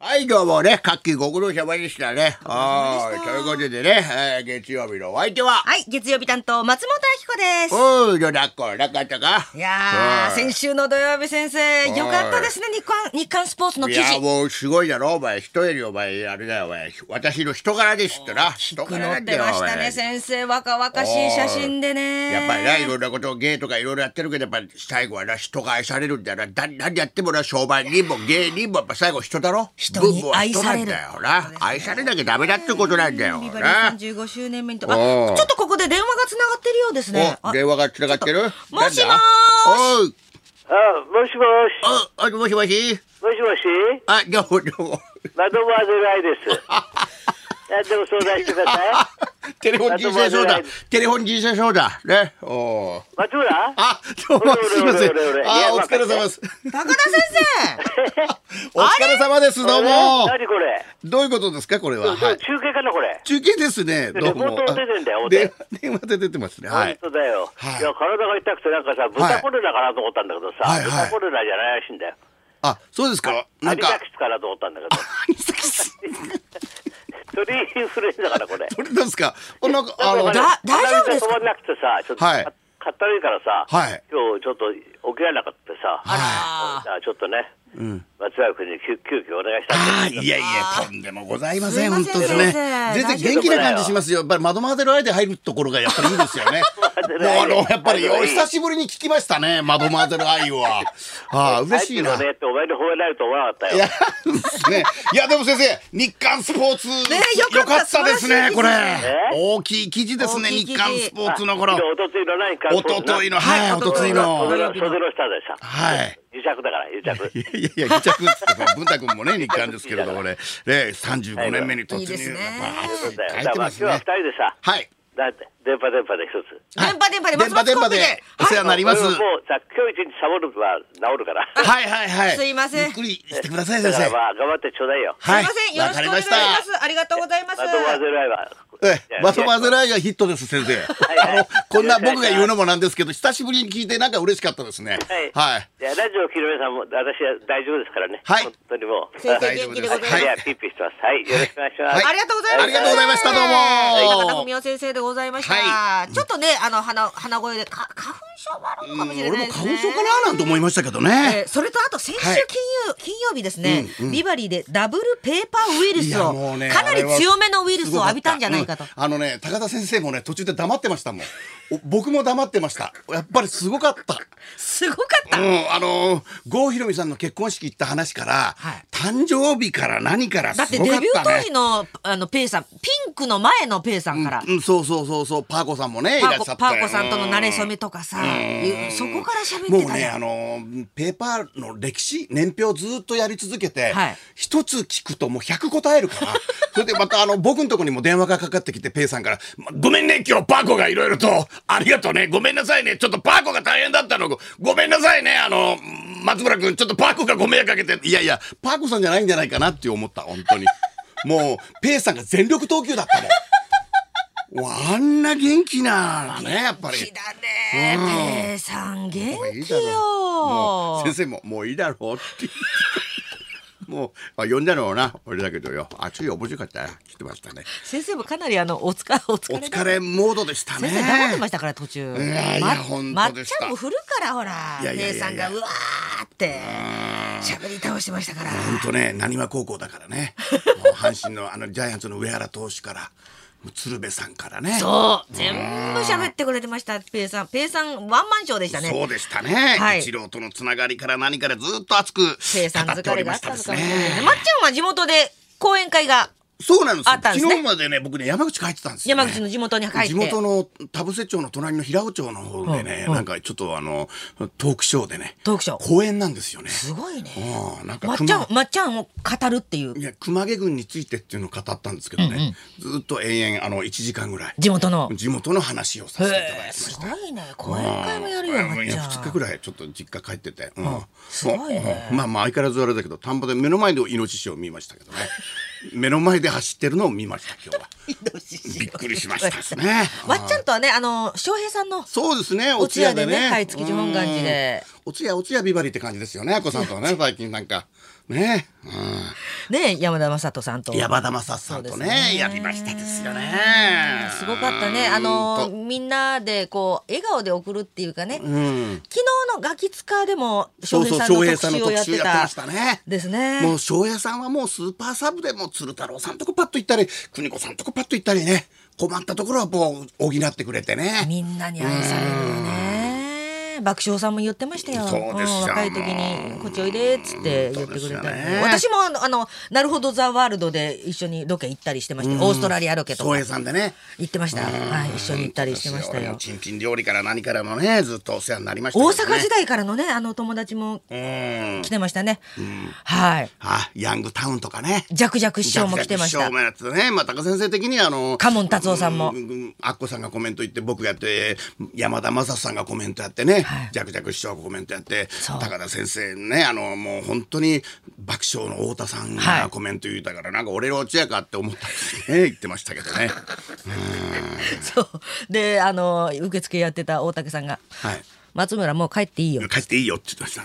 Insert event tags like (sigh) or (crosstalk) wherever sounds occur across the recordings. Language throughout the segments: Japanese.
はい、どうもね、各期ご苦労様でしたね。様はでい、したということでね、えー月曜日のお相手は、はい、月曜日担当松本明子でうー、よだっこ、なかったかす。いやはー、い先週の土曜日先生、いよかったですね、日刊、日刊スポーツの記いや、事。もうすごいだろ、お前。人よりお前、あれだよ、お前。私の人柄ですってな。人柄乗だっっててましたお前ね、先生、若々しい写真でね。やっぱりな、いろんなことを芸とかいろいろやってるけど、やっぱり最後はな、人が愛されるんだよな。だ何やってもな、商売人も芸人もやっぱ最後人だろ。人に分母は人なんだよな。愛されなきゃダメだってことなんだよビバリなー。35周年目にと。あ、ちおょーっとここで電話がつながってるようですね。お、あ電話が繋がってるともしもーしなんだおい、あ、もしもし。あ、あもしもしもしもし。あ、どうもどう (laughs) も。マドモアゼルアイ (laughs) です。何でも相談してください。テレフォン人生相談。テレフォン人生相談。ね。おお。松村あ、どうもすいません俺俺俺俺。あ、おいや疲れ様です。高田先生お疲れ様です。どうも。何これ、どういうことですか、これは。はい。中継かなこれ。中継ですね。どうも。レポート出てんだよあお手電話電話で (laughs) 出てますね。はい。本当だよ、はいい。や、体が痛くてなんかさ、はい豚コロナかなと思ったんだけどさ、はいはい豚コロナじゃないらしいんだよ。あ、そうですか。アなんニサかキ。スかなと思ったんだけ (laughs) ど。アニサキス。鳥インフルエンザかなこれ。これなんですか。お (laughs) なんか (laughs) あなんのかだ大丈夫ですか鼻水が止まんなくてさ、ちょっと、はいかかったるいからさ、はい今日ちょっと起きられなかったさ、あらじゃあちょっとね、松原君に急急遽お願いしたあんあ、 (laughs) いやいや、とんでもございません、すいま本せん当ですね。先生全然元気な感じしますよ。やっぱり窓マーデルアイで入るところがやっぱりいいですよね。もうあの、やっぱりお久しぶりに聞きましたね、窓マーデルアイは。ああ、嬉しいな。ねってお前に褒められると思わなかったいよや、。ですね。いや、でも先生、日刊スポーツ、よかったよかったですね、素こ晴れらしい記事ですね。大きい記事ですね、大きい記日事刊スポーツのあ頃。昨日おとついの何か。おとといの、はい、はいおとついの。袖の袖の下でさ、はい。癒着だから、癒着。いやいや、癒着っつって、文太君もね、日刊ですけれ (laughs) どもね、ね、35年目に突いいで入、すねやっぱだ書いかてまらまあ今す日はね二。人でさ、はい。だって電波電波で一つ。電波電波で電波松電波本ででお世話になります。もうはさ、今日一日サボるは治るから。いはいはい。すいませんゆっくりしてください、だ先から生。まあ頑張ってちょうだいよ。すはいいません、よろしくお願いしまわかりす。ありがとうございます。まとまずらいは。ええ、まとまずいや。らいがヒットです、先生。いはいあの、こんな僕が言うのもなんですけど、久しぶりに聞いてなんか嬉しかったですね。ははいい。。いや、ラジオを聞いてる皆さんも、私は大丈夫ですからね。はい本当にもう。先生大い丈元夫気で。ですございますはい。や、ピッピしてます。はい。よろしくお願いします。はいありがとうございます。ありがとうございましたどうも高田文夫先生でございました。はちょっとね、あの、鼻、鼻声で、か、花粉症もあるのかもしれ俺なもいです花ね。粉症かななんて思いましたけどえねー。それとあと先週金は曜い,、金曜日ですね、ビバリーでダブルペーパーウイルスを、かなり強めのウイルスを浴びたんじゃないかとうん。あのね高田先生もね途中で黙ってましたもんお僕も黙ってましたやっぱりすごかったすごかった。うん、あのー郷ひろみさんの結婚式行った話から、はい誕生日から何からだってすデごビュかったー当ね時。の、あの、ペイさん、ピンクの前のペイさんから、うん、そうそうそうそう、パーコさんもね、いパらっーしゃコ、ったパよーコさんとの馴れ初めとかさ、いうそこから喋もってうたね、ねあのーペーパーの歴史、年表ずっとやり続けてはい、一、つ聞くともう100答えるから、 (laughs) それでまたあの、僕のとこにも電話がかかってきて、ペイさんから、まごめんね、今日パーコがいろいろと、ありがとうね、ごめんなさいね、ちょっとパーコが大変だったの、ごごめんなさいね、あの、松村君、ちょっとパーコがご迷惑かけて、いやいや、パーコさんじゃないんじゃないかなって思った、本当に。 (laughs) もう、ペイさんが全力投球だったもん。もうあんな元気なね、やっぱり。元気だね、ペイさん元もういい気だよろうもう先生ももういいだろうってもうあ呼んだろうな俺だけどよ熱い面白かったよ来てましたね先生もかなりあのお疲れお疲おれ疲れモードでしたね先生黙ってましたから途中いやいやま本ま当っでしちたゃんも振るからほらいやいやいやいや姉さんがうわーって喋り倒してましたから本当ね浪速高校だからねもう阪神のあのジャイアンツの上原投手からもう鶴瓶さんからねそう全部喋ってくれてましたペイさんペイさんワンマンショーでしたねそうでしたね、はい一郎とのつながりから何からずっと熱く語ペイさんってお疲れりがまあっしたたのですかもしれないねまっちゃんは地元で講演会がそうなんですあったんですね昨日までね僕ね山口帰ってたんですよ、ね、山口の地元に帰って地元の田伏町の隣の平尾町の方でね、なんかちょっとあのトークショーでねトークショー公演なんですよねすごいねうんなんまかっちゃ熊んまっちゃんを語るっていういや熊毛郡についてっていうのを語ったんですけどね、ずっと永遠あの1時間ぐらい地元の地元の話をさせていただきへまーしすた。ごいね講演会もやるよまっいちやゃん2日ぐらいちょっと実家帰ってて、うんすごいねうんまあまあ相変わらずあれだけど田んぼで目の前でイノシシを見ましたけ (laughs) どね目の前で走ってるのを見ました今日はびっくりしましたですね (laughs) わっちゃんとはね、あの、翔平さんの、そうですね。お通夜でねお通はい築地本願寺でうんお通夜、お通夜ビバリーって感じですよね。あこさんとはね、最近なんか。ね。うんね山田雅人さんと山田正さんとねそうですねやりましたですよねすごかったねあのうんとみんなでこう笑顔で送るっていうかね、うん昨日のガキ使でもそ翔うそう翔平平ささんんのの特集を特やっ集てやってたましたねですねもう翔平さんはもうスーパーサブでもう鶴太郎さんとこパッと行ったり邦子さんとこパッと行ったりね困ったところはもう補ってくれてねみんなに愛されるよね爆笑さんも言ってましたよそうですよん若い時に「こっちおいで」っつって言ってくれそうですよた、ね私もあのあのなるほど・ザ・ワールド」で一緒にロケ行ったりしてましたよ、オーストラリアロケと翔か平さんでね行ってました、はい、一緒に行ったりしてましたよちんちん料理から何からもねずっとお世話になりましたけ大どね阪時代からのねあの友達もうん来てましたね、はいあヤングタウンとかねジャクジャク師匠も来てましジたャクジャク師匠もやってたね。まあ、高先生的にはあの、カモン達夫さんもううアッコさんがコメント言って、僕がやって、山田正史さんがコメントやってね、はいジャクジャク師匠がコメントやって、そう高田先生ね、あの、もう本当に爆笑の太田さんはがいコメント言うたから、なんか俺の落合かって思ったりね、言ってましたけど (laughs) ね。そうであの受付やってた大竹さんがはい。 「松村もう帰っていいよ」帰っていいよって言ってました。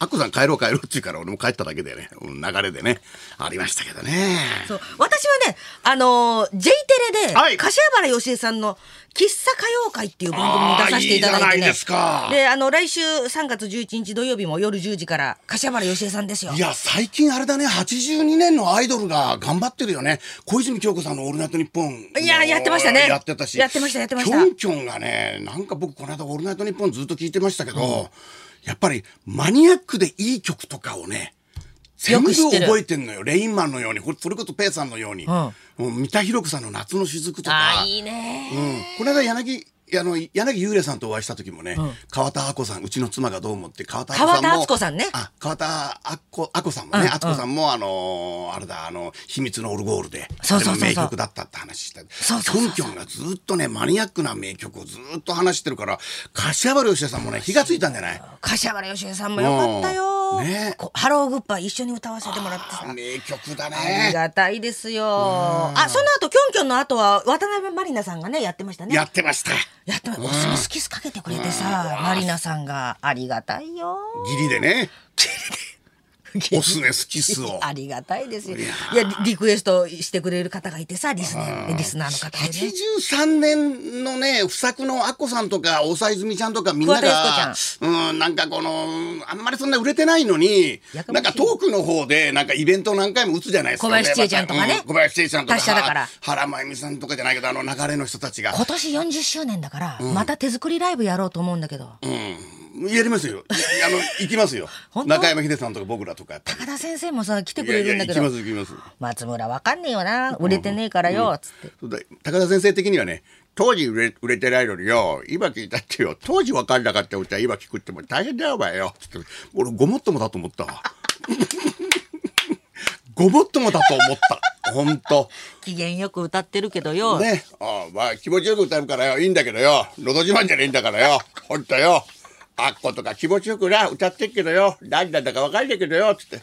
アッコさん帰ろう帰ろうって言うから俺も帰っただけでね、うん流れでね、ありましたけどね。そう私はね、あのー、J テレで、はい柏原芳恵さんの喫茶歌謡会っていう番組に出させていただいて、ね、あーいいじゃないですかであの来週3月11日土曜日も夜10時から柏原芳恵さんですよい。や、最近あれだね、82年のアイドルが頑張ってるよね。小泉京子さんのオールナイトニッポン。いややってましたねやってたし。やってましたやってましたキョンキョンがね、なんか僕この間オールナイトニッポンずっと聞いてましたけど、やっぱりマニアックでいい曲とかをね、全よ部く知ってる覚えてんのよ。レインマンのように、これそれこそペイさんのように、んもう三田寛子さんの夏の雫とあか。ーいいねうん、この間柳あの柳幽霊さんとお会いした時もね、川田亜子さんうちの妻がどう思って川田亜子さんも川田亜子さんねあ川田亜子亜子さんもね、うん亜子さんもあのーあれだあの秘密のオルゴールでそうそうそうそうでも名曲だったって話したそうそうそうそうキョンキョンがずっとねマニアックな名曲をずっと話してるから柏原芳恵さんもね火がついたんじゃない柏原芳恵さんもよかったよ、うんねこハローグッバイ一緒に歌わせてもらってさあ。名曲だありねがたいですよ。あ、その後、キョンキョンの後は、渡辺満里奈さんがね、やってましたね。やってましたやってます。お墨付きスかけてくれてさ、マリナさんがありがたいよ。ギリでねおすねスキスをありがたいですよ。いいややリクエストしてくれる方がいてさ、リスナーリスナーの方でね。 83年のね、不作のアッコさんとか、大沢泉ちゃんとか、みんな桑田が、佳うん、なんかこの、あんまりそんな売れてないのにや、かましいなんかトークの方で、なんかイベント何回も打つじゃないですか。小林千恵ちゃんとかねう小林千恵ちゃんとか。達者だから原真由美さんとかじゃないけど、あの流れの人たちが。今年40周年だから、また手作りライブやろうと思うんだけど、うん。やりますよ。いあの、行きますよ本。当中山秀さんとか僕らとかやっぱり。高田先生もさ、来ていくやれいやるんだ行けきますど、行きます。松村わかんねえよな、売れてねえからよ、つって。そうだ高田先生的にはね当時売れ売れてないのによ今聞いたってよ当時分かんなかった歌は今聞くってもう大変だよお前よつって俺ごもっともだと思ったわ (laughs) ごもっともだと思ったほんと機嫌よく歌ってるけどよ、ねああまあ気持ちよく歌うからよいいんだけどよ「のど自慢」じゃねえんだからよほんとよあっことか気持ちよくな歌ってっけどよ何なんだか分かんないけどよつって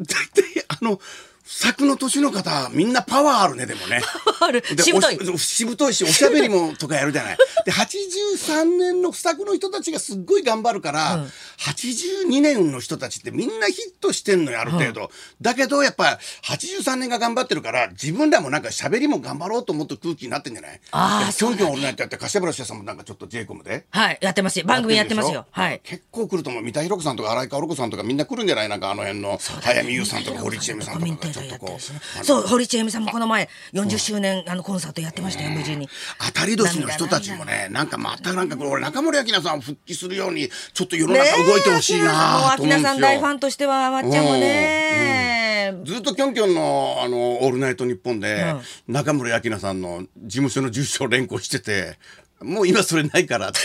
大体あの作の年の方みんなパワーあるねでもねあるでしぶとい。おししぶといしおしゃべりもとかやるじゃない (laughs) で83年の不作の人たちがすっごい頑張るから、82年の人たちってみんなヒットしてんのよある程度、だけどやっぱ83年が頑張ってるから自分らもなんかしゃべりも頑張ろうと思って空気になってんじゃないあーいやキョンキョン俺なんてやって柏原さんもなんかちょっと J コムではい、やってますよ。番組やってまするでしよょ。はい。結構来ると思う三田寛子さんとか荒井薫子さんとかみんな来るんじゃないなんかあの辺の早見優さんとか堀ちえみさんとかがちょっとこうそう、堀ちえみさんもこの前、40周年、あの、コンサートやってましたよ、無事に。当たり年の人たちもね、なんかまたなんかこれ、俺中森明菜さんを復帰するように、ちょっと世の中動いてほしいなと思ねえうんで明菜さんもう明菜さすんよ大フ。ァンとしては、まっちゃんもね。ずっとキョンキョンの、あの、オールナイトニッポンで、中森明菜さんの事務所の住所を連行してて、もう今それないからって。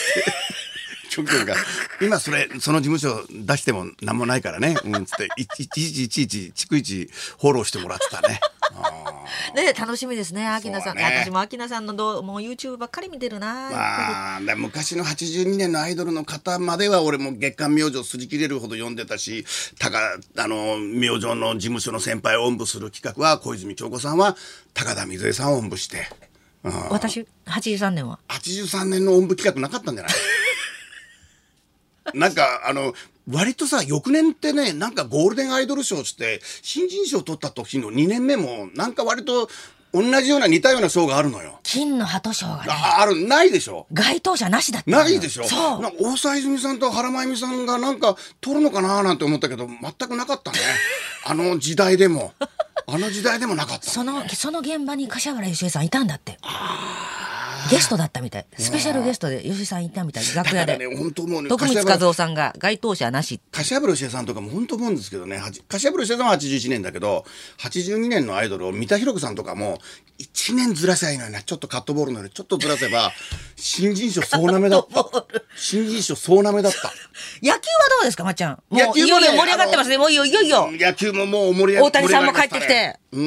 キョンキョンが、今それ、その事務所出しても何もないからね、うん、つって、いちいちいちいち、逐一フォローしてもらってたね。ね楽しみですね、明菜そさん。うだね私も明菜さんのどう、もう YouTube ばっかり見てるな。まあ、だ昔の82年のアイドルの方までは俺も月刊明星をすり切れるほど読んでたし、高、あの、明星の事務所の先輩をおんぶする企画は小泉京子さんは高田水江さんをおんぶして、私、83年は。 (laughs) 83年のおんぶ企画なかったんじゃないなんか、あの、割とさ、翌年ってね、なんかゴールデンアイドル賞して、新人賞取った時の2年目も、なんか割と同じような似たような賞があるのよ。金の鳩賞がね、あある、ないでしょ該当者なしだったのよないでしょそう。なんか大沢泉さんと原真由美さんがなんか取るのかななんて思ったけど、全くなか (laughs) ったね。あの時代でも。あの時代でもなかった。その、その現場に柏原芳恵さんいたんだって。ゲストだったみたい。スペシャルゲストで芳恵さんいたみたい。楽屋だかで。らね、本当もうね、徳光柏和原夫さんが該当者なし。柏原芳恵さんとかも本当思うんですけどね、はじ柏原芳恵さんは81年だけど、82年のアイドルを三田寛子さんとかも、1年ずらせばいいのにな、ちょっとカットボールのようにちょっとずらせ (laughs) ば、新人賞総なめだった。新人賞総なめだった。野球はどうですか、まっちゃん。もう、野球いもよいねよ盛り上がってますね。もういよいよいよ。野球ももう盛り上が大谷さんも帰ってきて盛り上がりましたねうー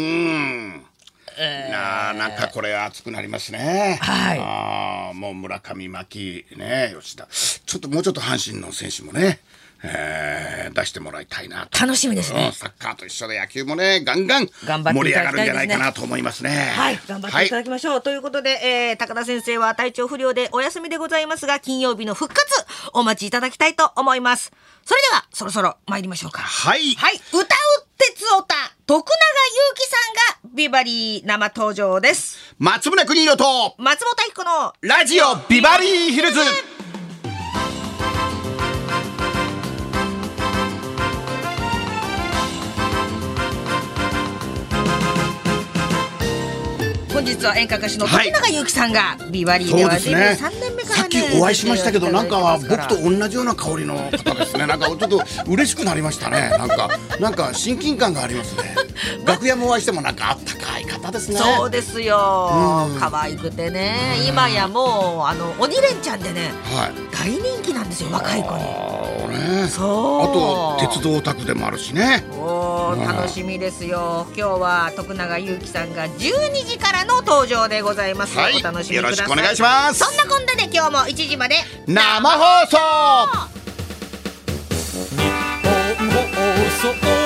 ん。なあなんかこれ熱くなりますね。はいああもう村上牧ね吉田。ちょっともうちょっと阪神の選手もね、えー出してもらいたいなと。楽しみですうんね。サッカーと一緒で野球もねガンガン頑張っ盛てりい上がただきるんじゃたいですねないかなと思いますね。はい、頑張っていたはだきましょう。ということで、えー、高田先生は体調不良でお休みでございますが、金曜日の復活、お待ちいただきたいと思います。それでは、そろそろ参りましょうか。はいはい、歌う鉄オタ、徳永ゆうきさんがビバリー生登場です。松村邦洋と松本彦のラジオビバリーヒルズ。本日は演歌歌手の徳永ゆうきさんがビバリーでそうはでデすビューね。 3年目からね。さっきお会いしましたけど、なんか出ていただ僕といてますから同じような香りの方です (laughs) ね。なんかちょっと嬉しくなりましたね。なんかなんか親近感があります (laughs) ね。楽屋もお会いしてもなんかあったかい方ですね。そうですよ。可愛くてね、今やもうあの鬼レンチャンでね、はい。大人気なんですよ若い子に。ああね。そうあと鉄道オタクでもあるしね。おおん楽しみですよ。今日は徳永ゆうきさんが12時からの登場でございます。はい。お楽しみくよだろさしい。くお願いします。そんなこんなで今日も1時まで。生放送。放送